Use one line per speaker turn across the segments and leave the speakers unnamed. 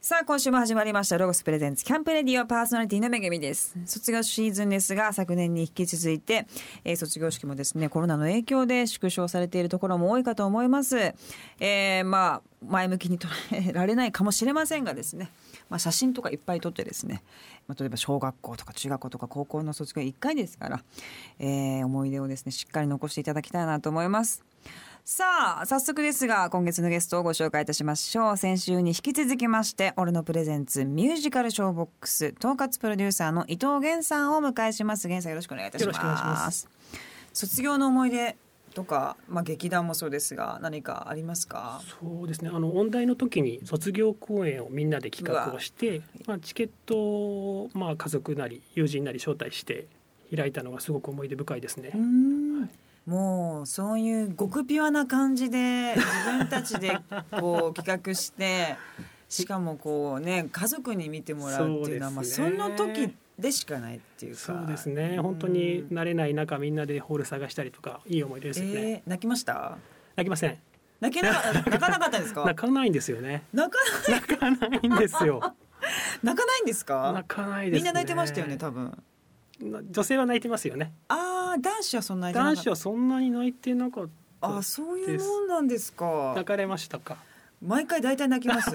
さあ今週も始まりましたロゴスプレゼンツキャンプレディオパーソナリティのめぐみです卒業シーズンですが昨年に引き続いて、えー卒業式もですねコロナの影響で縮小されているところも多いかと思います、えーまあ前向きに捉えられないかもしれませんがですねまあ写真とかいっぱい撮ってですね、まあ、例えば小学校とか中学校とか高校の卒業1回ですから、えー思い出をですねしっかり残していただきたいなと思いますさあ早速ですが今月のゲストをご紹介いたしましょう先週に引き続きまして「俺のプレゼンツミュージカルショーボックス」統括プロデューサーの伊藤源さんをお迎えします源さんよろしくお願いいたします
よろしくお願いします
卒業の思い出とか、まあ、劇団もそうですが何かありますか
そうですねあの音大の時に卒業公演をみんなで企画をして、まあ、チケットを、まあ、家族なり友人なり招待して開いたのがすごく思い出深いですね。
もうそういう極ピュアな感じで自分たちで こう企画してしかもこうね家族に見てもらうっていうのはまあそ
そうですね
の時でしかないっていうか
そうですね本当に慣れない中みんなでホール探したりとかいい思い出ですよね、
えー泣きました
泣きません
泣けな か泣かなかったですか
泣かないんですよね
泣かない
泣かないんですよ
泣かないんですか
泣かないです、ね、
みんな泣いてましたよね多分
女性は泣いてますよね
ああ男子はそんな泣いてなか
男
った
子はそんなに泣いてなかっ
あーそういうもんなんです
た
か
泣かれましたか
毎回大体泣きます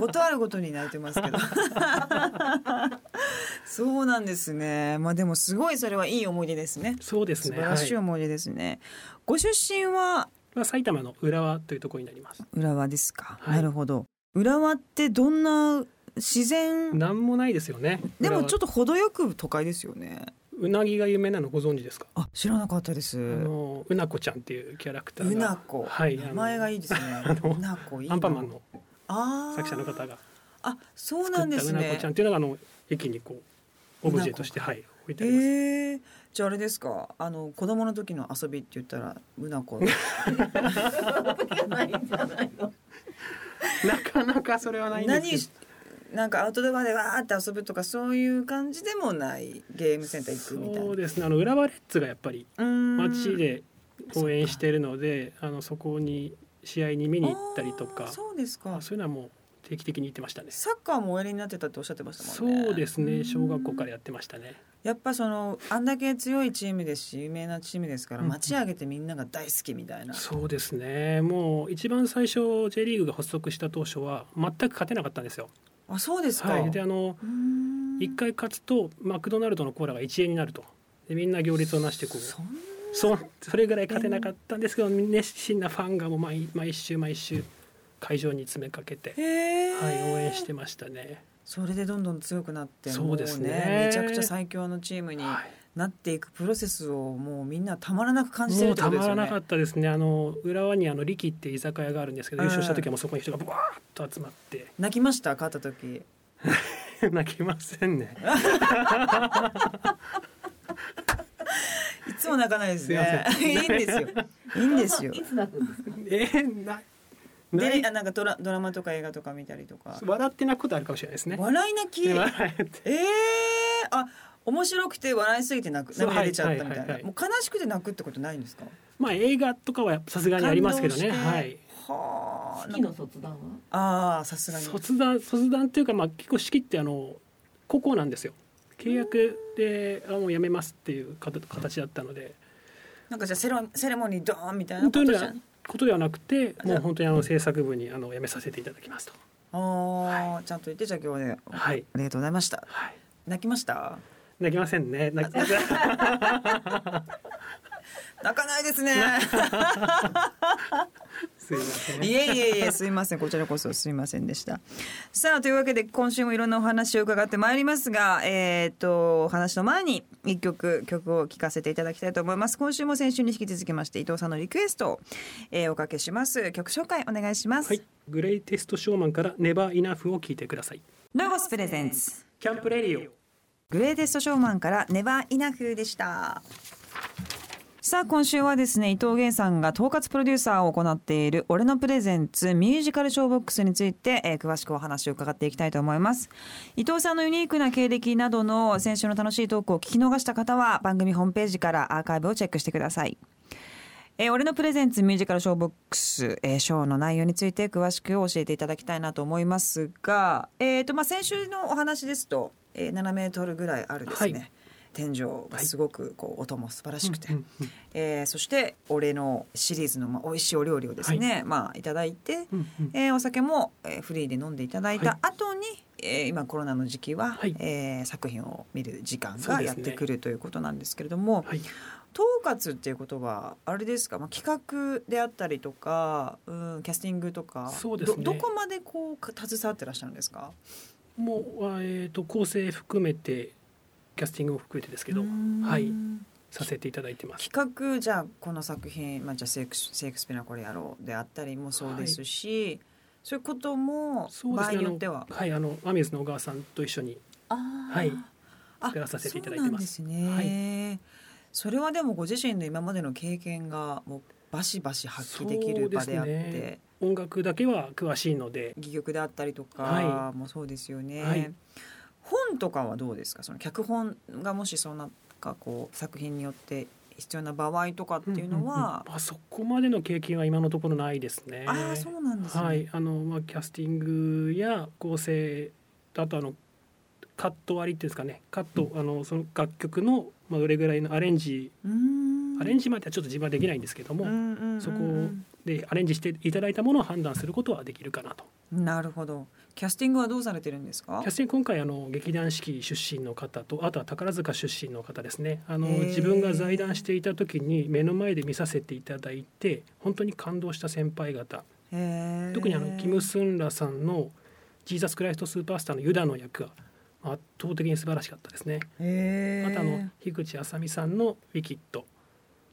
ことあるごとに泣いてますけど そうなんですねまあでもすごいそれはいい思い出ですね
そうです
素
ね
晴らしい
はい
思い出ですね、ご出身は
まあ、埼玉の浦和というところになります
浦和ですか、
はい
なるほど浦和ってどんな自然
なんもないですよね。
でもちょっ
っ
と程よく都会ですよね
とうなぎが有名なのご存知ですか。
あ知らなかったです
あのうなこちゃんっていうキャラクターが。
うなこ、
はい。あの
名前がいいですね
の
うなこいいな
アンパンマンの
あー
作者の方が
あそう
作
なん
っ
で
たう
す
なこ
ね
ちゃんっていうのがあの駅にこうオブジェとしてはい置いてあります。
ええじゃああれですかあの子供の時の遊びって言ったらうなこ
なかなかそれはないんですけ
何
ど。
しなんかアウトドアでわーって遊ぶとかそういう感じでもないゲームセンター行くみたいな
そうですね。あの浦和レッズがやっぱり
うーん
街で応援しているので、あのそこに試合に見に行ったりと
あ
か
ー、そうですか
あそういうのはもう定期的に行ってましたね。
サッカーもおやりになってたっておっしゃってましたもんね
そうですね。小学校
ら
からやってましたね。
やっぱそのあんだけ強いチームですし有名なチームですから
うんうん
街上げてみんなが大好きみたいな、
そうですねもう一番最初 J リーグが発足した当初は全く勝てなかったんですよ。
あそうですか、
はい、であの
うーん
1回勝つとマクドナルドのコーラが1円になるとでみんな行列をなしてこう
そん
そうそれぐらい勝てなかったんですけど熱心なファンがもう毎毎週毎週会場に詰めかけて、
へえ、
はい、応援してましたね。
それでどんどん強くなって
そうですね
もめちゃくちゃ最強のチームに
はい
なっていくプロセスをもうみんなたまらなく感じてる
も
っ
う
てこと
た
で
ます
よ
ら
ね
なかったですねあの浦和にあの力っていう居酒屋があるんですけど優勝した時はもうそこに人がバーッと集まって
泣きました勝った時
泣きませんね。
いつも泣かないですね
す
いいんですよいいんですよ
いつ泣くんですか。
えー、なない
であなんかドラドラマとか映画とか見たりとか
笑って泣くことあるかもしれないですね。
笑い泣きえ
で笑って
えあ面白くて笑いすぎて泣く
そう
涙出ちゃったみ
はい
た
はいいはい
な
はい
もう悲しくて泣くってことないんですか
まあ映画とかはさすがにありますけどね。
感動して
はい。
はあ
式の卒団は。
ああさすがに
卒団卒団というかまあ結構式ってあの高校なんですよ。契約であもう辞めますっていうかた形だったので、
なんかじゃあセロセレモニードーンみたいなこと
いう
と
の
じ
は
ゃ
ことではなく
じ
て、も
ゃ
う
あ
本当にあの制作部にあの辞めさせていただきますと。
あーちゃんと言ってじゃあ今日はねあ
はい
りがとうございました
はい。
泣きました
泣きませ んね。泣き は
泣かないですね
すいませ ん。
いえいえいえすいませんこちらこそすいませんでしたさあというわけで今週もいろんなお話を伺ってまいりますがえーっとお話の前に一曲曲を聴かせていただきたいと思います今週も先週に引き続きまして伊藤さんのリクエストを、えーおかけします曲紹介お願いします、
はい。グレイテストショーマンからネバーイナフを聞いてください。
ロゴスプレゼンツ
キャンプレディオ。
グレイテストショーマンからネバーイナフーでした。さあ今週はですね伊藤源さんが統括プロデューサーを行っている「俺のプレゼンツミュージカルショーボックス」について、えー詳しくお話を伺っていきたいと思います伊藤さんのユニークな経歴などの先週の楽しいトークを聞き逃した方は番組ホームページからアーカイブをチェックしてくださいえー俺のプレゼンツミュージカルショーボックス、えーショーの内容について詳しく教えていただきたいなと思いますが、えーとまあ、先週のお話ですと、えー7メートルぐらいあるですね、
は
天井がすごくこう音も素晴らしくて、
うんうんうん
えーそして俺のシリーズのまあ美味しいお料理をですね、まあ、いただいて、
うんうん
えーお酒も、えーフリーで飲んでいただい
は
た
い
後に、えー今コロナの時期は、
はい
えー作品を見る時間
そう
が
で
やっ
すね
てくるということなんですけれども、
はい、
統括っていうことはあれですか、まあ、企画であったりとか、うん、キャスティングとか
そうですね
どどこまでこうか携わってらっしゃるんですか
もう、あえー、と構成含めてキャスティングも含めてですけど
うーん
はいさせていただいてます。
企画じゃあこの作品、まあ、じゃあシェイクシェイクスピアのこれやろうであったりもそうですし、そういうことも
そうで
場
す
合
ね
によっては。
はい、あのアミューズの小川さんと一緒に
あー
はい
あ
作らさせていただいてます
そうなんですね、それはでもご自身の今までの経験がもうバシバシ発揮できる場であっ
そうで
て、
すね音楽だけは詳しいので、
戯曲であったりとか
は
もそうですよね、
はい
本とかはどうですかその脚本がもしそんなかこう作品によって必要な場合とかっていうのは、
うんうんうんあそこまでの経験は今のところないですね。
ああそうなんですね、
はい、あのまあキャスティングや構成あとあのカット割りっていうんですかねカット、あのその楽曲のまあどれぐらいのアレンジ
うーん
アレンジまではちょっと自分はできないんですけども、
うんうんうんうん
そこでアレンジしていただいたものを判断することはできるかなと
なるほどキャスティングはどうされてるんですか
キャスティング今回あの劇団四季出身の方とあとは宝塚出身の方ですねあの
へー
自分が在談していた時に目の前で見させていただいて本当に感動した先輩方
へー
特にあのキム・スンラさんの「ジーザス・クライスト・スーパースター」のユダの役が圧倒的に素晴らしかったですね。
へ
あ
ー
とあの樋口あさみさんの「ウィキッド」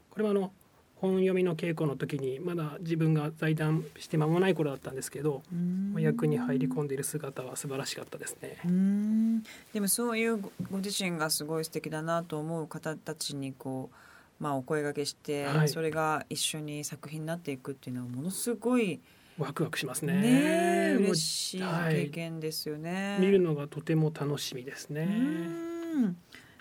これはあの本読みの稽古の時にまだ自分が在談して間もない頃だったんですけど
うーん
役に入り込んでいる姿は素晴らしかったですね。
うーんでもそういうごご自身がすごい素敵だなと思う方たちにこう、まあ、お声掛けして、
はい
それが一緒に作品になっていくっていうのはものすごい
ワクワクします
ね
ね。
え
もう
嬉しい
は
経
い
験ですよね。
見るのがとても楽しみです
う
ね。
ーん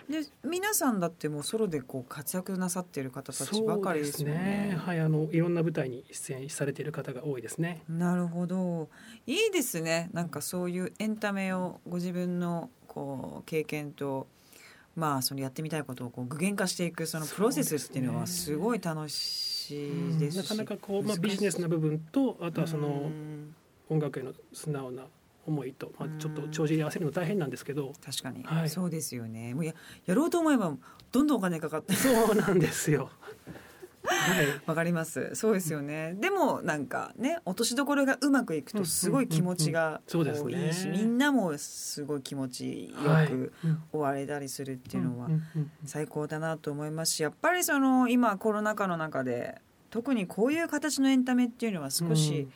で皆さんだってもうソロでこう活躍なさっている方たちばかりですよね。
はい、あのいろんな舞台に出演されている方が多いですね。
なるほどいいですねなんかそういうエンタメをご自分のこう経験とまあそのやってみたいことをこう具現化していくそのプロセスっていうのは
そうですね
すごい楽しいです
な
し、
かなかこう、
難
まあ、
しい
ビジネスな部分とあとはそうの
ん
音楽への素直な思いと、ま
うん
あ、ちょっと帳尻合わせるの大変なんですけど
確かに、
はい
そうですよねもうややろうと思えばどんどんお金かかって
そうなんで すよ。はい
わかりますそうですよね、でもなんかね落としどころがうまくいくとすごい気持ちが
うんうんうんうん
こ
そう
い
で
い
す
し、
ね
みんなもすごい気持ちよ
はい
く
うん
終われたりするっていうのは、
んんん
最高だなと思いますしやっぱりその今コロナ禍の中で特にこういう形のエンタメっていうのは少し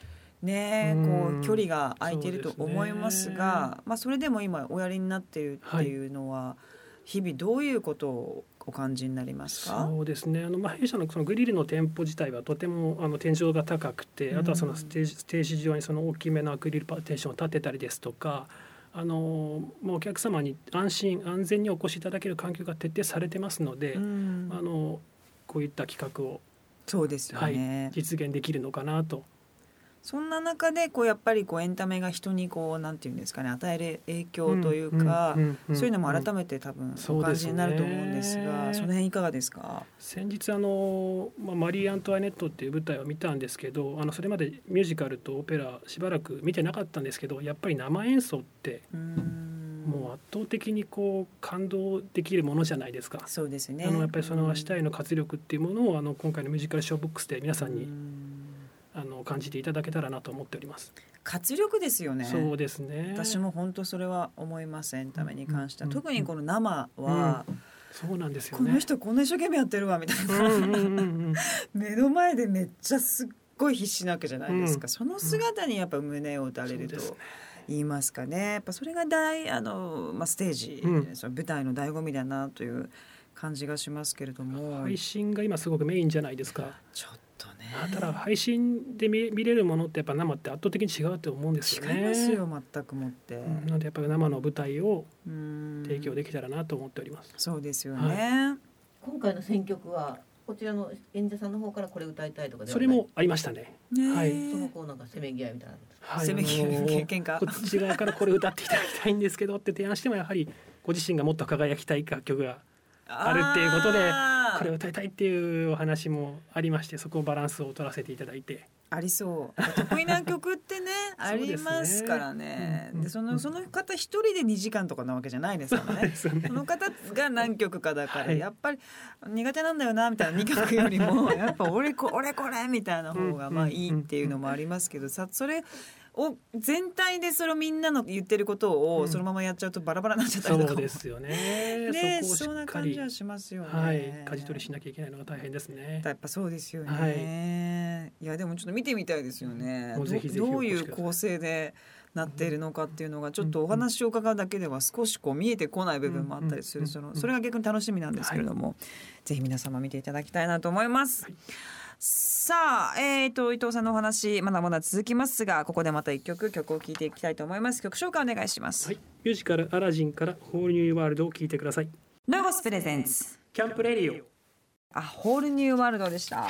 ね、
うん
こう距離が空いていると
そうですね
思いますがまあ、それでも今おやりになっているっていうのは日々どういうことをお感じになりますか、
そうですねあの、まあ、弊社のそのグリルの店舗自体はとてもあの天井が高くてあとはそのステージ,、ステージ上にその大きめのアクリルパーテーションを立てたりですとかあの、まあ、お客様に安心安全にお越しいただける環境が徹底されてますので、
うん
あのこういった企画を
そうですよね、
実現できるのかなと
そんな中でこうやっぱりこうエンタメが人にこうなんていうんですかね与える影響というか、
んんんん
そういうのも改めて多分お感じになると思うんです
そう
が
ですね
その辺いかがですか
先日あの、まあ、マリー・アントワネットっていう舞台を見たんですけどあのそれまでミュージカルとオペラしばらく見てなかったんですけどやっぱり生演奏って
うん
もう圧倒的にこう感動できるものじゃないですか。
そうですね。
あのやっぱりその明日への活力っていうものをあの今回のミュージカルショーボックスで皆さん
う
に
ん
あの感じていただけたらなと思っております。
活力ですよね。
そうですね。
私も本当それは思いますエンタメに関しては、
うん
特にこの生は、
そうなんですよ
この
ね。
人こんな一生懸命やってるわみたい
うん
な、
うんうんうん
目の前でめっちゃすっごい必死なわけじゃないですか、
うん
その姿にやっぱ胸を打たれると
そうですね
言いますかねやっぱそれが大あの、まあ、ステージ、
うん
その舞台の醍醐味だなという感じがしますけれども、
配信が今すごくメインじゃないですか。
ちょっとね
あただ配信で見見れるものってやっぱ生って圧倒的に違うと思うんですよ
違
ね。
いますよ全くもって。
うん。なのでやっぱり生の舞台を
うん
提供できたらなと思っております。
そうですよね。
は
今回の選曲は教こちらの演者さんの方からこれ歌いたいとかでは
そ
な
れ
い
もありましたね。はい
そのこうなんかせめぎ合いみたいなのあるんですか
はい
せめぎ合い
あのー
喧嘩
こっち側からこれ歌っていただきたいんですけどって提案してもやはりご自身がもっと輝きたい楽曲があるっていうことで
あー
これを歌いたいっていうお話もありましてそこをバランスを取らせていただいて
ありそう得意な曲って ねありますからね
うんうん
でそのその方一人で2時間とかなわけじゃないですから ね
ですよね
その方が何曲かだから、
はい
やっぱり苦手なんだよなみ たいな2曲よりもやっぱ俺こ俺これみたいな方がまあいいっていうのもありますけどさそれを全体でそれをみんなの言ってること
う
を
ん
そのままやっちゃうとバラバラになっちゃった
そ
りとか
う
も
ですよね
ね
そ
そ
こを
ん
しっ
な
か
感
り
じはしますよね。
はい舵取りしなきゃいけないのが大変ですね
やっぱそうですよね。、
はい
やでもちょっと見てみたいですよね。
も
ど
うぜひぜひ
どうい
お越し
う
ください
構成でなっているのかっていうのがちょっとお話を伺うだけでは少しこう見えてこない部分もあったりす
う
る
んうん
その
うん
それが逆に楽しみなんですけれども、ぜひ皆様見ていただきたいなと思います。
はい
さあ、えー、と伊藤さんのお話まだまだ続きますがここでまた一曲曲を聴いていきたいと思います曲紹介お願いします、
はいミュージカルアラジンからホールニューワールドを聞いてください
ロゴスプレゼンツ
キャンプレディオ
あ、ホールニューワールドでした。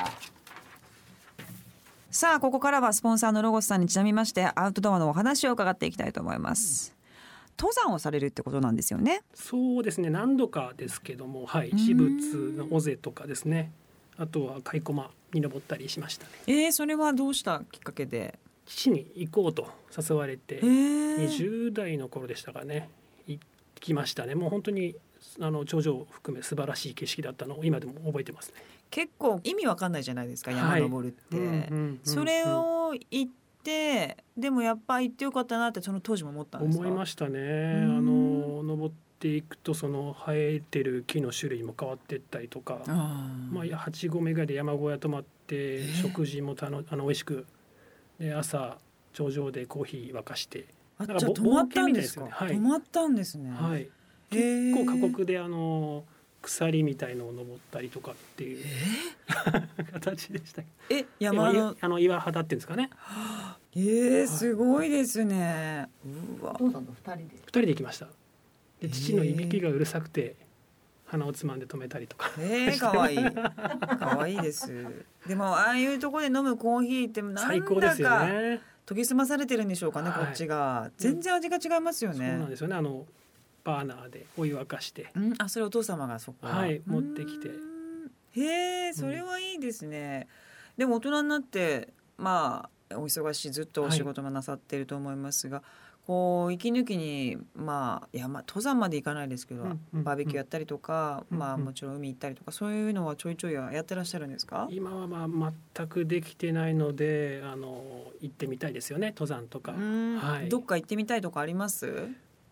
さあ、ここからはスポンサーのロゴスさんにちなみまして、アウトドアのお話を伺っていきたいと思います。登山をされるってことなんですよね。
そうですね何度かですけどもはい
ん
私物の尾瀬とかですねあとはカイコマに登ったりしましたね
えー、それはどうしたきっかけで。
父に行こうと誘われて
えー、
20代の頃でしたかね行きましたねもう本当にあの頂上を含め素晴らしい景色だったのを今でも覚えてますね。
結構意味わかんないじゃないですか、
はい
山登るって。
うんうんうん
それを言って、でもやっぱ行ってよかったなって、その当時も思ったんですか。
思いましたね。
う
あ
ん
の登っていくとその生えてる木の種類も変わっていったりとか、
あー
まあいや八合目ぐらいで山小屋泊まって食事もたのあの美味しくで朝頂上でコーヒー沸かして、
あ
なんか
じゃあ
ぼ
止まったんですか。
冒険みたい
止
ですよね
まったんですね。
はい、
えー
結構過酷であの鎖みたいのを登ったりとかっていう、 形でしたけど。
え、山
でも
の
い。あの岩肌っていうんですかね。
ええすごいですね。うわ
お。父さんと二人で
二人で行きました
へ
で
ー
父のいびきがうるさくて鼻をつまんで止めたりとか
ええ可愛い可愛いです。でもああいうところで飲むコーヒーってな
最
ん
高で
だ
すよ
か
ね
研ぎ澄まされてるんでしょうかね、
はい
こっちが。全然味が違いますよ
そうな
ね
ん。ですよねあのバーナーでお湯沸かして
うん、あ、それお父様がそこ。
はい
うん
持ってきて。
へえ、それはいいですね。でも大人になって、まあ、お忙しい、ずっとお仕事もなさってると思いますが。こう息抜きに、まあ、山登山まで行かないですけど、
うんうん
バーベキューやったりとか、
うん
まあ、
うん
もちろん海行ったりとか、そういうのはちょいちょいやってらっしゃるんですか。
今はまあ全くできてないのであの行ってみたいですよね登山とか
うん
はい
どっか行ってみたいとかあります。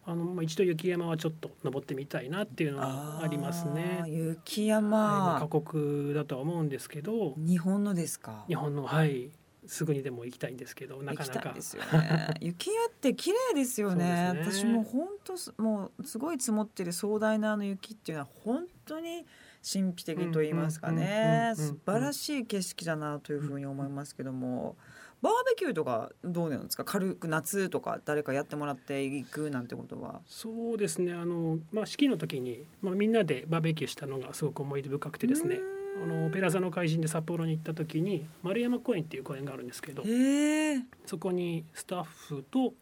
あのまあ一度雪山はちょっと登ってみたいなっていうのはあります
あー
ね
雪
はいまあ
山、
過酷だとは思うんですけど
日本のですか。
日本のはいすぐにでも行きたいんですけどな
行
か
き
な
たい
か
ですよね。雪屋って綺麗ですよね。
そうです
私
ね
も本当すもうすごい積もってる壮大なあの雪っていうのは本当に神秘的と言いますかね。
うんうんうんうんうん
素晴らしい景色だなというふうに思いますけども。バーベキューとかどうなんですか軽く夏とか誰かやってもらっていくなんてことは
そうですねあの、まあ、式の時に、まあ、みんなでバーベキューしたのがすごく思い出深くてですねあのオペラ座の怪人で札幌に行った時に丸山公園っていう公園があるんですけど
へえ
そこにスタッフと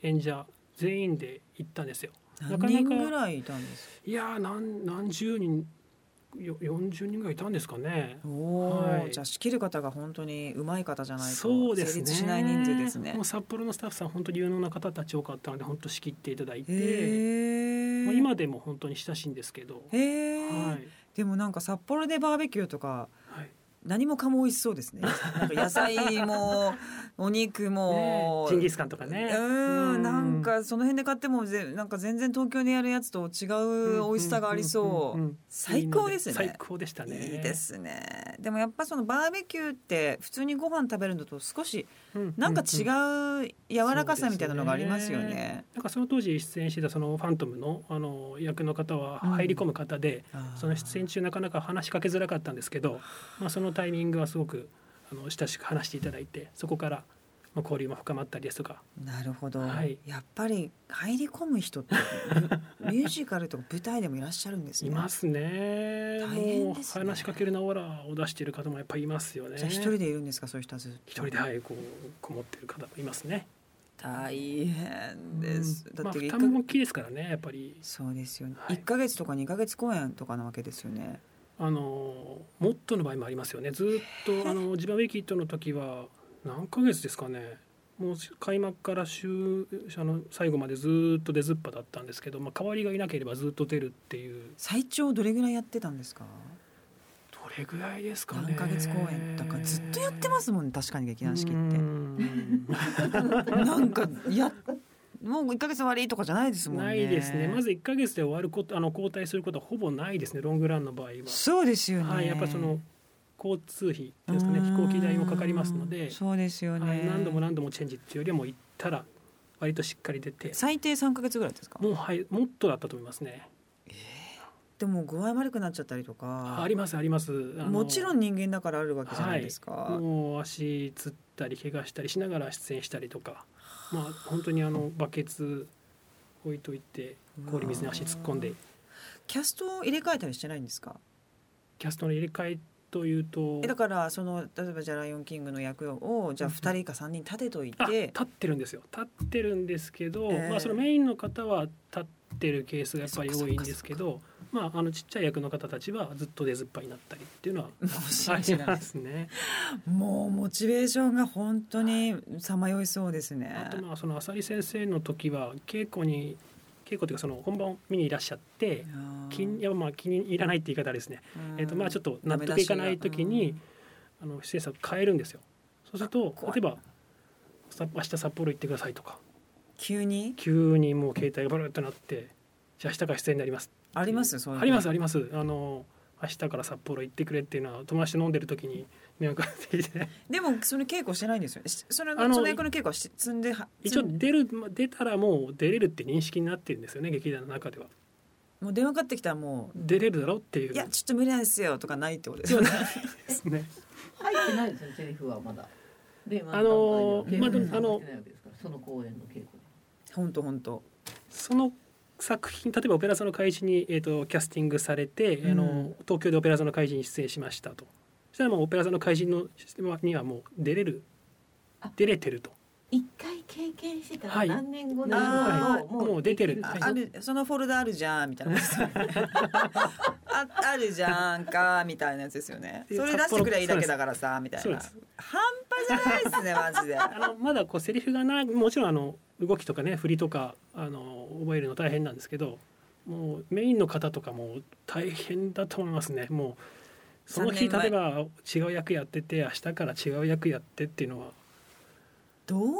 演者全員で行ったんですよ。なかなか
何人ぐらいいたんですか
いやー何何十人よ40人ぐらいいたんですかね。
おお、
はい
じゃあ仕切る方が本当にうまい方じゃないと
そうです
成
ね
立しない人数ですね。
もう札幌のスタッフさん本当に有能な方たち多かったので本当仕切っていただいて、
へ
ま
え。
あ、今でも本当に親しいんですけど、
へえ、
はい
でもなんか札幌でバーベキューとか
はい、
何もかも美味しそうです ね。なんか野菜もお肉
ね
も。
ジンギスカンとかね。
うんなんかその辺で買ってもぜなんか全然東京でやるやつと違う美味しさがあり
んんん
そ
ん
う。最高ですね。
最高でしたね。
いいで。すね。でもやっぱそのバーベキューって普通にご飯食べるのと少しなんか違
う。
う柔らかさみたいなのがありますよね。
なんかその当時出演してたそのファントムのあの役の方は
うん
入り込む方で、
あー
その出演中なかなか話しかけづらかったんですけど、まあそのタイミングはすごくあの親しく話していただいて、そこからまあ、交流も深まったりですとか
なるほど、
はい
やっぱり入り込む人ってミュ ミュージカルとか舞台でもいらっしゃるんですね
いますね
大変
もう
ですね
話しかけるなオーラを出している方もやっぱりいますよね
じゃあ一人でいるんですかそういう人はずっと
一人ではいこうこもってる方もいますね
大変です、
うん
だ
ま
っ
あ、
て
負
一ヶ
担も大きいですからねやっぱり
そうですよね、
はい
一1か月とか2か月公演とかなわけですよね
あのもっとの場合もありますよねずっとあのジバウィキッドの時は何ヶ月ですかねもう開幕から終あの最後までずっと出ずっぱだったんですけど、まあ、代わりがいなければずっと出るっていう
最長どれぐらいやってたんですか
どれぐらいですかね
何ヶ月公演だからずっとやってますもんね確かに劇団四季 って
うん
なんかやもう1か月終わりとかじゃないですもんね
ないですねまず1か月で終わることあの交代することはほぼないですねロングランの場合は、
そうですよね、
はい、やっぱその交通費ですかね飛行機代もかかりますの
うー
で
ん、そうですよね、
はい、何度も何度もチェンジっていうよりはもう行ったら割としっかり出て
最低3か月ぐらいですか
もうはいもっとだったと思いますね
でも具合悪くなっちゃったりと
あ
か
りますありますあの
もちろん人間だからあるわけじゃないですか、
もう足つったり怪我したりしながら出演したりとかまあ本当にあのバケツ置いといて氷水に足突っ込んで
キャストを入れ替えたりしてないんですか
キャストの入れ替えというと
えだからその例えばじゃあ「ライオンキング」の役をじゃあ2人か3人立てとい
あ
て
立ってるんですよ立ってるんですけど、
ええ
まあ、そのメインの方は立ってるケースがやっぱり多いんですけどまああのちっちゃい役の方たちはずっと出ずっぱになったりっていうのは
もう
あ
信じ
り
られな
ま
い
すね。
もうモチベーションが本当にさまよいそうですね。
あとまあその浅利先生の時は稽古に稽古というかその本番を見にいらっしゃって気にいやまあ気に入らないって言い方あれですね、えっとまあちょっと納得いかない時にあの出演者を変えるんですよ。そうすると
怖い
例えばさ明日札幌行ってくださいとか
急に
急にもう携帯がバルッとなってじゃあ明日から出演になります
ありますそういうの
ありますありますあの明日から札幌行ってくれっていうのは友達と飲んでる時に迷惑が出て きて
でもその稽古してないんですよねしその
あの
その役の稽古はし積んでは
一応
積ん
出るま出たらもう出れるって認識になってるんですよね劇団の中では
もう電話かかってきたらも
出れるだろうっていう
「
う
いやちょっと無理なんですよ」とかないってことです
必
よ
要ない
ね。
ですね
入ってないですよセリフはまだ。で、ま
あの
ー
まだ稽古に
まあ
参加
でも
してないわけですからその公演の稽古で。
本当本当。
その作品例えば「オペラ座の怪人に」えー、とキャスティングされて、あ
うん
の東京で「オペラ座の怪人」に出演しましたとそしたらもうオペラ座の怪人のにはもう出れる
あ
出れてると
一回経験してた
は
ら
い
何年後で
あ
ーもう出てる
あ
はい
あるそのフォルダあるじゃんみたいなことですよね ああるじゃんかみたいなやつですよね
い
そ
や
れ出してくればいいだけだからさみたい
そう
な
です
半端じゃないですねマジで
あのまだこうセリフがないもちろんあの動きとかね振りとかあの覚えるの大変なんですけどもうメインの方とかも大変だと思いますねもうその日
3年前
例えば違う役やってて明日から違う役やってっていうのは
どうなっ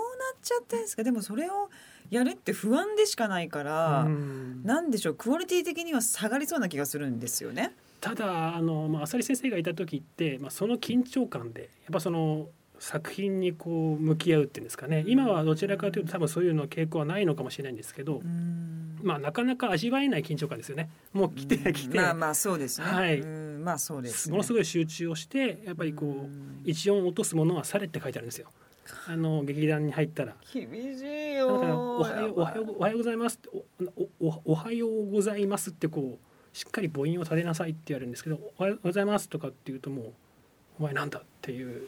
ちゃってんですかでもそれをやるって不安でしかないから、
うん
なんでしょうクオリティ的には下がりそうな気がするんですよね。
ただあの、まあ、浅利先生がいた時って、まあ、その緊張感でやっぱその作品にこう向き合うっていうんですかね今はどちらかというと多分そういうの傾向はないのかもしれないんですけど、
うん
まあ、なかなか味わえない緊張感ですよねもう来て来て。
まあまあそうですね。
はい
うんまあそうです、ね。
ものす
ごい
ごい集中をしてやっぱりこう、一音落とすものはされって書いてあるんですよあの劇団に入ったら
厳しい
だ
よ。
からおはようおはようおはようございますっておおおおはようございますってこうしっかり母音を立てなさいって言われるんですけどおはようございますとかって言うともうお前なんだっていう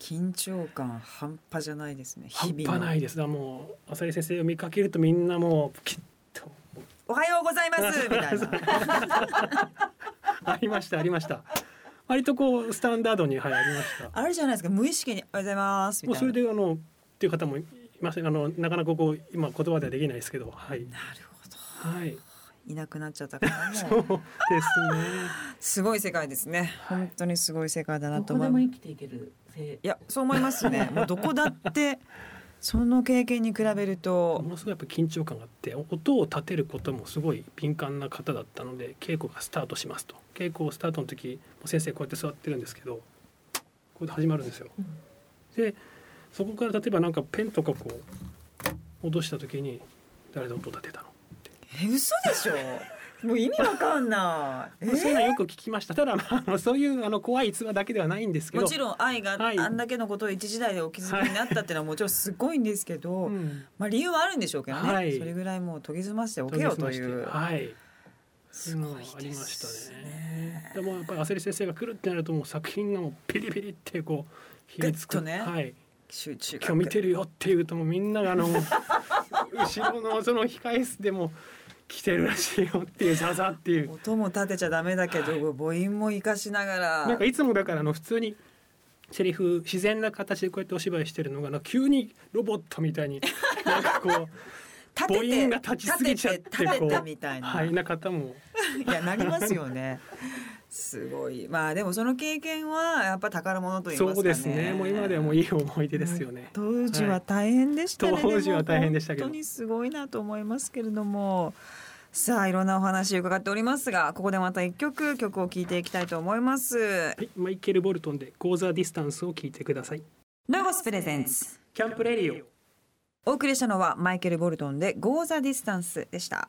緊張感半端じゃないですね。日
半
々の
端ないですだからもう浅利先生を見かけるとみんなもうきっと
おはようござい ますみたいな。
ありましたありました割とこうスタンダードにはいありました
あるじゃないですか無意識におはようございますみ
もう
たい
そ
な。
れであのっていう方もいませんあのなかなかこう今言葉ではできないですけどはい
なるほど。
はい
いなくなっちゃったから
そう
もう
ですね
すごい世界ですね。本当にすごい世界だな
ど
と
こ
思
で
い
も
ます。
生きていける性
いやそう思いますね。 もうどこだってその経験に比べると
ものすごいやっぱ緊張感があって音を立てることもすごい敏感な方だったので稽古がスタートしますと稽古をスタートの時もう先生こうやって座ってるんですけどこうやって始まるんですよ。でそこから例えばなんかペンとかこう落とした時に「誰で音立てたの?」
え嘘でしょ。もう意味わかんない。
そういうのはよく聞きました。ただ、まああの、そういう、あの、怖い逸話だけではないんですけど。
もちろん愛が
はい
あんだけのことを一時代でお気づきになったっていうのはもちろんすごいんですけど、
うん
まあ理由はあるんでしょうけどね、
はい
それぐらいもう研ぎ澄ましておけよという。
はい。
すごい
あり
で
ますしたね。
ね。
でもやっぱり焦り先生が来るってなるともう作品がもうピリピリってこうひりつく
ぐっとね
はい、
集中
今日見てるよっていうともうみ んながあの後ろのその控室でも来てるらしいよっていうザザっていう
音も立てちゃダメだけど、母音も活かしながら。
なんかいつもだからあの普通にセリフ自然な形でこうやってお芝居してるのがなんか急にロボットみたいになん かこ
立てて
母音が立ちすぎちゃって
立てて立
こ
て
う
たみたいうな、
はい
い、
な方も
やなりますよ ねすごいまあでもその経験はやっぱ宝物と言いますかね
そうですねもう今ではもういい思い出ですよね。
当時は大変でしたね、
はい当時は大変でしたけ
も
ど
本当にすごいなと思いますけれどもさあいろんなお話伺っておりますがここでまた一曲曲を聴いていきたいと思います
はい、マイケル・ボルトンで「ゴーザーディスタンス」を聞いてください。
ロゴスプレゼンツ
キャンプレディオ
お送りしたのはマイケル・ボルトンで「ゴー・ザ・ディスタンス」でした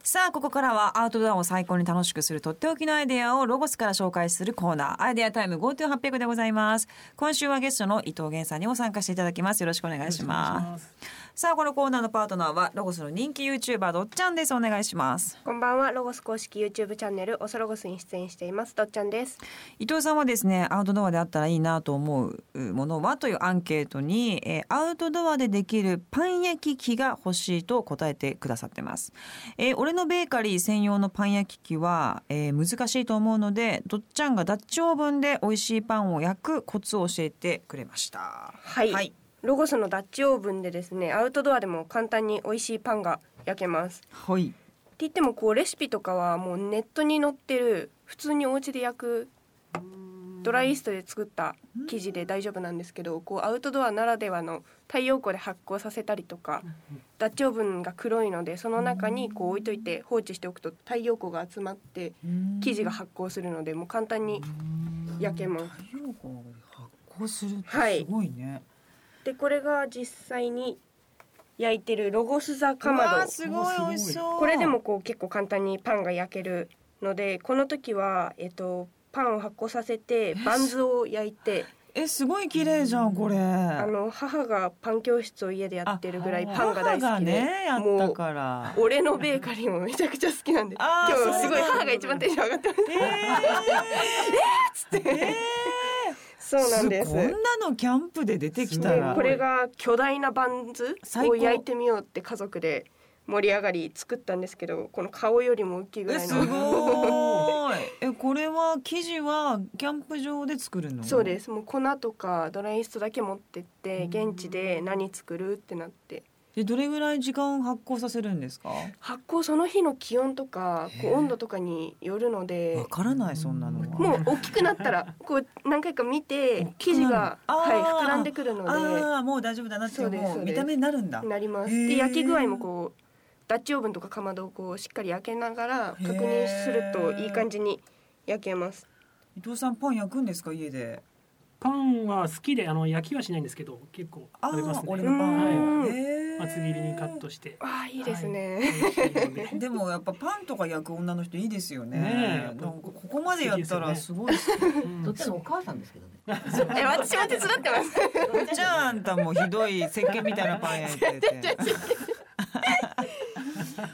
さあここからはアウトドアを最高に楽しくするとっておきのアイデアをロゴスから紹介するコーナーアイデアタイム GoTo800 でございます今週はゲストの伊藤源さんにも参加していただきますよろしくお願いします
す。
さあこのコーナーのパートナーはロゴスの人気 YouTuber どっちゃんですお願いします
こんばんはロゴス公式 YouTube チャンネルオソロゴスに出演していますどっちゃんです
伊藤さんはですねアウトドアであったらいいなと思うものはというアンケートに、えーアウトドアでできるパン焼き器が欲しいと答えてくださってます、えー俺のベーカリー専用のパン焼き器は、えー難しいと思うのでどっちゃんがダッチオーブンで美味しいパンを焼くコツを教えてくれました
はい、ロゴスのダッチオーブンでですねアウトドアでも簡単に美味しいパンが焼けますって
はい
言ってもこうレシピとかはもうネットに載ってる普通にお家で焼くドライイーストで作った生地で大丈夫なんですけどこうアウトドアならではの太陽光で発酵させたりとかダッチオーブンが黒いのでその中にこう置いといて放置しておくと太陽光が集まって生地が発酵するのでもう簡単に焼けます
太陽光で発酵するって
はい
すごいね、
でこれが実際に焼いてるロゴスザか
うわ
ま
ー
ど
すごい美味しそう
これでもこう結構簡単にパンが焼けるのでこの時は、えっと、パンを発酵させてバンズを焼いて
えすごい綺麗じゃんこれ
あの母がパン教室を家でやってるぐらい
あ
パンが大好きで、
母がねやっ
も
た
う
から
俺のベーカリーもめちゃくちゃ好きなんで
あ
今
ー
日すごい
そうなんだ
母が一番テンション上がってま
えー、え
すそうなんです
こんなのキャンプで出てきた
で
ら
これが巨大なバンズ
最
を
高
焼いてみようって家族で盛り上がり作ったんですけどこの顔よりも大きいぐ
え
らい
す
の
ごいえこれは生地はキャンプ場で作るの
そうですすもう粉とかドライイーストだけ持ってって現地で何作るってなって
でどれぐらい時間発酵させるんですか
発酵その日の気温とかこう温度とかによるので
わからないそんなのは
もう大きくなったらこう何回か見て
きく
生地
なる
が、
あー
はい、膨らんでくるの
ああもう大丈夫だなって
そうです
も
そううです
見た目になるんだ
でなります
へー
で焼き具合もこうダッチオーブンとかかまどをこうしっかり焼けながら確認するといい感じに焼けます
伊藤さんパン焼くんですか家で
パンは好きであの焼きはしないんですけど結構
あ
食べます
あ
ね。
俺のパン
はい
へー
厚切りにカットして。
あーいいですね、
美味しいの で
でもやっぱパンとか焼く女の人いいですよね。
ね
なん
え
かここまでやったらすごい。
うん
どっちもお母さんですけどね。
え私も手伝ってます
じゃああんたもひどい石鹸みたいなパン焼い てて。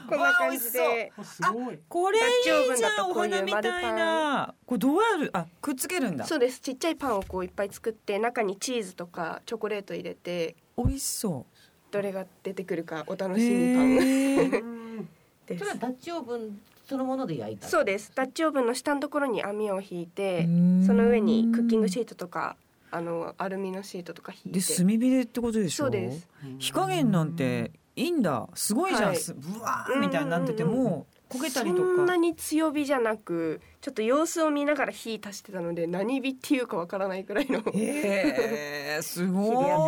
こんな感じ
わあ美
で
あすごい。
これいいじゃんお
ダッチオーブンだとこういう
花みたいな。これどうやるあくっつけるんだ
そ。うですちっちゃいパンをこういっぱい作って中にチーズとかチョコレート入れて
美味しそ
どれが出てくるかお
う。
楽しみパン
へえ。
うん
で
それは
す
ダッチオーブンそのもので焼いた。
そうですダッチオーブンの下のところに網を引いて
そ
その上にクッキングシ
ー
ートとかあのアルミのシートとか引いて
で炭火でってことでしょ。
そうです。
火加減なんていいんだ。すごいじゃ
は
ん。
い
すブワーみたいになってて
うんうん
もう焦げた
そ
りとか。
んなに強火じゃなくちょっと様子を見ながら火足してたので何火っていうかわからないくらいの
へえす
火
ご
でや
い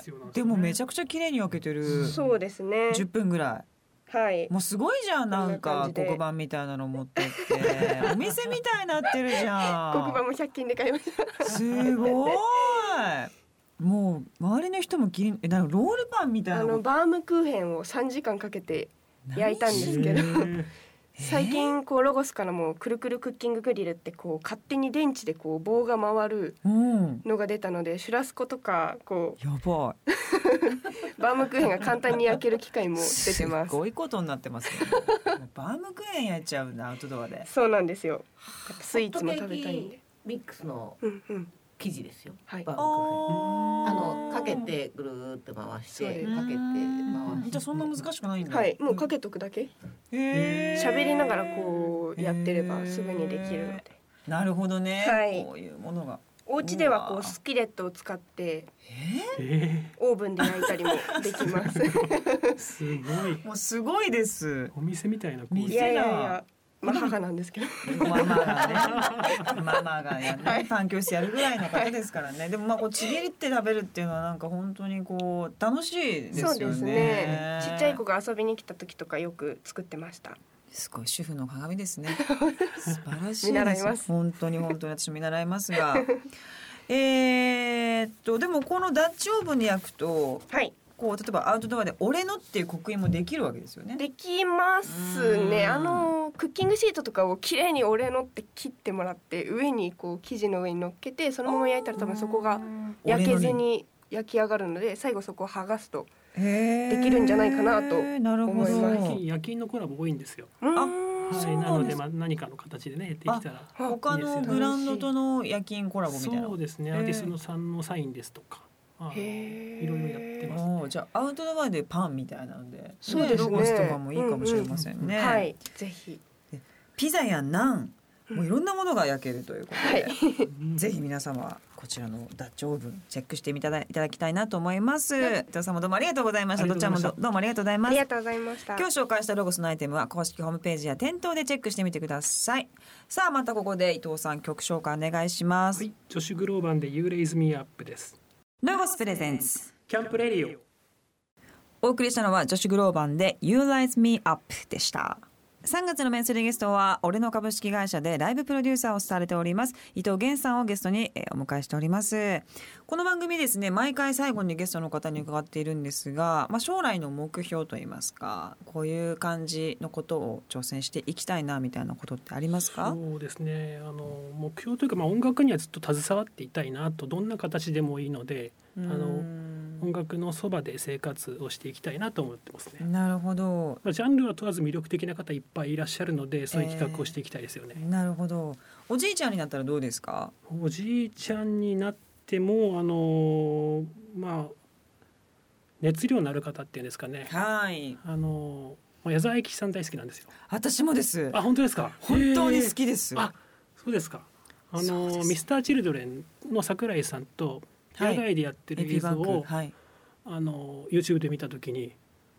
ってます
でもめちゃくちゃ綺麗に焼けてる
そうですね
10分ぐら
はい
いもうすごいじゃんなん
こんな
か
感じで
黒板みたいなの持ってって お店みたいになってるじ
黒板
ゃ
も100均で買いました
んすごいもう周りの人も気にえなんかロールパンみたい
あ
な
の
の
バームクーヘンを3時間かけて焼いたんですけど
へー
最近こうロゴスからもくるくるクッキンググリルってこう勝手に電池でこう棒が回る
うん。
のが出たのでシュラスコとかこ
やば
うバームクーヘンが簡単に焼ける機械も
い。
出てます
すごいことになってますよ。バームクーヘン焼いちゃうんだアウトドアで。
そうなんですよやっぱスイーツも食べたいんで
ミックスの
うんうん
生地ですよ。
はい
バームクーヘンあ
あ
のかけ。てぐるーって回し
そうで
て
す
かけて回して。
じゃあそんな難しくないんだ。
はいもうかけとくだけ
へー
喋りながらこうやってればすぐにできるので。
なるほどね。
はい
こういうものが。
お家では
う
こ
わ
うスキレットを使って
え
オーブンで焼いたりもできます
ー、すごい
もうすごいです。
お店みたいなこう
店
いやいやいやまあ母なんですけど
ママ がね、ママがやね、パン教室やるぐらいの方ですからね。でもまあこうちぎって食べるっていうのはなんか本当にこう楽しいですよね。
そうですね。ちっちゃい子が遊びに来た時とかよく作ってました。
すごい主婦の鏡です ね。素晴らしい
見習
で
い
す。
ます
本当に本当に私見習いますが、えーっとでもこのダッチオーブンで焼くと、
はい。
こう例えばアウトドアで俺のっていう刻印もできるわけですよね。
できますね。
うん
あのクッキングシートとかを綺麗に俺のって切ってもらって上にこう生地の上に乗っけてそのまま焼いたら多分そこが焼けずに焼き上がるので最後そこを剥がすと。
で
できるんじゃないかなと
なるほ
思い
最
ま
ど
近。夜勤のコラボ多いんですよ。
う
あ
ん
は
そう
い、な
なん
の
で
ですまあ何かの形でねやってきたら
あ
他のブランドとの夜勤コラボみたいな
そう。ですね
えー
アーティストのさんのサインですとか、まあ
へー
いろいろやってます
おーじゃあアウトドアでパンみたいなので、
そうですね
ロゴスとかもいいかもしれませんね。
はい。ぜひ。
ピザやナン、
うん
もういろんなものが焼けるということで、
う ん
ぜひ皆様こちらのダッチオーブンチェックしてみただいただきたいなと思います。伊藤さんもどうもありがとうございました。
あり
ど
がと
ちら
う
も
ございました
どどうもありがとうござい
あ
ま
り
す
が。とうございました。
今日紹介したロゴスのアイテムは公式ホームページや店頭でチェックしてみてください。さあまたここで伊藤さん曲紹介お願いします。
はい、ジョシュグローバンで You Raise Me Up です。
ロゴスプレゼンツ。
キャンプレディオ。
お送りしたのは女子グローバンで You Light Me Up でした3月のメンスリーゲストは俺の株式会社でライブプロデューサーをされております伊藤源さんをゲストにえーお迎えしておりますこの番組ですね毎回最後にゲストの方に伺っているんですが、まあ、将来の目標といいますかこういう感じのことを挑戦していきたいなみたいなことってありますか
そうですね。あの目標というか、まあ音楽にはずっと携わっていたいなと、どんな形でもいいので、
あ
の音楽のそばで生活をしていきたいなと思ってますね。
なるほど
まあジャンルは問わず魅力的な方いっぱいいらっしゃるので、そういう企画をしていきたいですよね。
なるほどおじいちゃんになったらどうですか
おじいちゃんになっても、あのまあ熱量のある方っていうんですかね。
はい
あのまあ矢沢永吉さん大好きなんですよ。
私もです
あ、本当ですか。
本当に
へー
好きです。
あそうですか。あ
そうで
の
す
ミスターチルドレンの桜井さんと
はい
野外でやってる
エピ
映
バ
像
ンク
を、
はい。
あの YouTube で見たときに、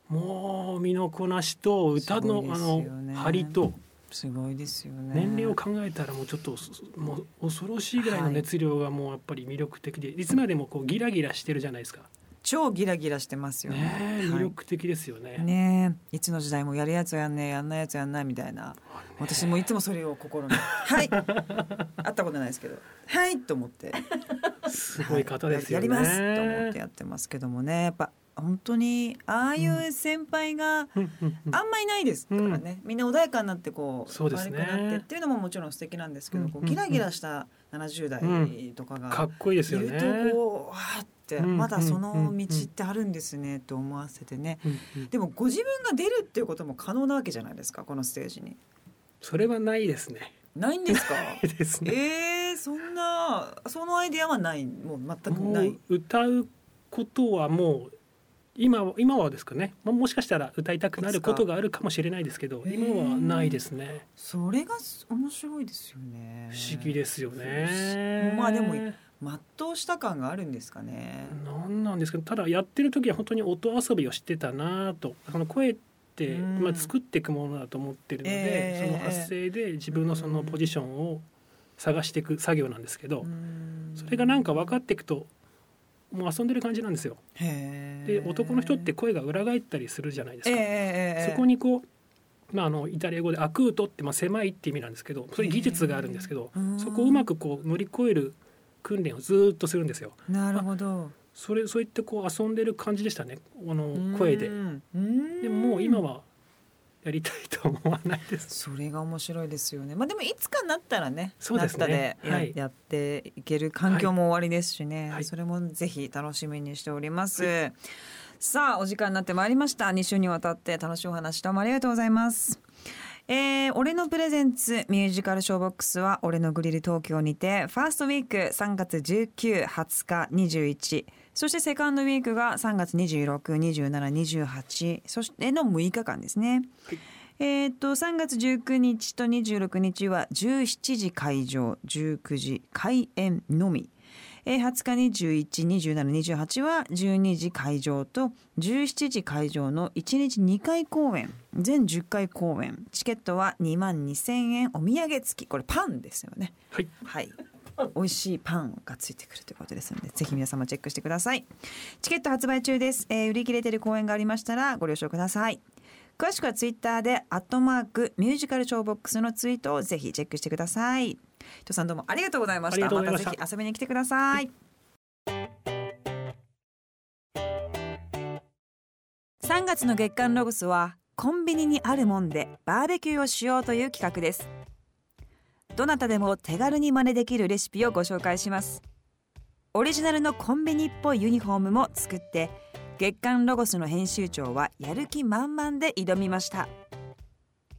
もう身のこなしと
す
歌
ご
の、
いで
あ
すよ
の
ね
張りと
すごいですよね。
年齢を考えたらもうちょっとそもう恐ろしいぐらいの熱量がもうやっぱり魅力的で、い、つまでもこうギラギラしてるじゃないですか。
超ギラギラしてますよ
ね
ね。
え、
はい
魅力的ですよね。
ねえいつの時代もやるやつやんねえやんないやつやんないみたいな私もいつもそれを心 に「はい」会ったことないですけど「はい」と思って
すごい方ですよね。
やりますと思ってやってますけどもねやっぱ本当にああいう先輩が
うんうんうん
あんまいないですからね、みんな穏やかになってこう
そうですね
明るくなってっていうのももちろん素敵なんですけど、こ
うんう
う
んうん
ギラギラした70代とかが、
かっこいいですよ
い
ね。
るとこうわーって
うん
まだそ
うん
の
うん
道ってあるんですねと思わせてね
うんうん
でもご自分が出るっていうことも可能なわけじゃないですかこのステージに
それはないですね。
ないんですか
ですね。
えー、そんなそのアイデアはないもう全くな
も
いう
歌うことはもう今今はですかね、まあ、もしかしたら歌いたくなることがあるかもしれないですけど
いつか
今はないですね
それが面白いですよね
不思議ですよね
もうまあでも
な
全うした感があるんですかね
んなんですけどただやってる時は本当に音遊びをしてたなとその声って、
うん
まあ、作っていくものだと思ってるので、
ええ
その発声で自分のそのポジションを探していく作業なんですけど、それがなんか分かっていくともう遊んでる感じなんですよ。で
で
男の人って声が裏返ったりするじゃないですか、そこ
に
にこう、まあ、あのイタリア語で「アクート」ってまあ狭いって意味なんですけどそういう技術があるんですけど、そこをうまくこう乗り越える訓練をずーっとするんですよ。
なるほど
それそういってこう遊んでる感じでしたねあの声で。
うんうん
でももう今はやりたいと思わないです。
それが面白いですよね。まあでもいつかなったらね、
そうですね
なったでや,、
はい
やっていける環境も終わりですしね、
はい
それもぜひ楽しみにしております。さあお時間になってまいりました。2週にわたって楽しいお話どうもありがとうございます。えー、俺のプレゼンツミュージカルショーボックスは俺のグリル東京にてファーストウィーク3月19、20日、21そしてセカンドウィークが3月26、27、28そしての6日間ですね。えーっと3月19日と26日は17時開場19時開演のみ、えー、20日212728は12時開場と17時開場の1日2回公演全10回公演チケットは2万2000円お土産付きこれパンですよね
はい、
はい。美味しいパンがついてくるということですので、ぜひ皆様チェックしてください。チケット発売中です。えー売り切れてる公演がありましたらご了承ください。詳しくはツイッターでアットマークミュージカルショーボックスのツイートをぜひチェックしてください。伊藤さんどうもありがとうございました。
ありがとう
ま
ござい
たぜ
ました
ひ遊びに来てください。3月の月間ロゴスはコンビニにあるもんでバーベキューをしようという企画ですどなたでも手軽に真似できるレシピをご紹介しますオリジナルのコンビニっぽいユニフォームも作って月刊ロゴスの編集長はやる気満々で挑みました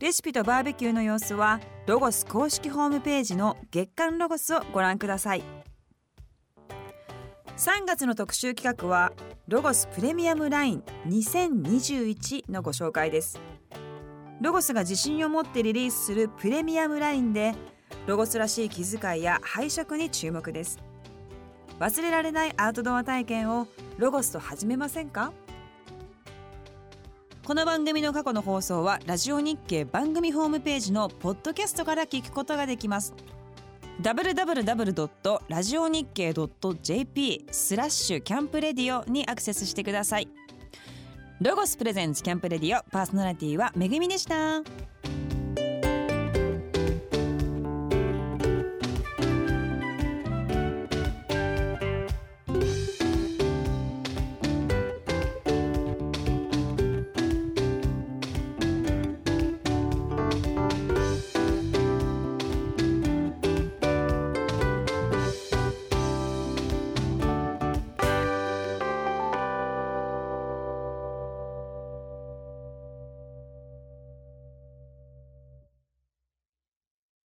レシピとバーベキューの様子はロゴス公式ホームページの月刊ロゴスをご覧ください3月の特集企画はロゴスプレミアムライン2021のご紹介ですロゴスが自信を持ってリリースするプレミアムラインでロゴスらしい気遣いや配色に注目です忘れられないアウトドア体験をロゴスと始めませんかこの番組の過去の放送はラジオ日経番組ホームページのポッドキャストから聞くことができます www.radionickei.jp スラッシュキャンプレディオにアクセスしてくださいロゴスプレゼンツキャンプレディオパーソナリティはめぐみでした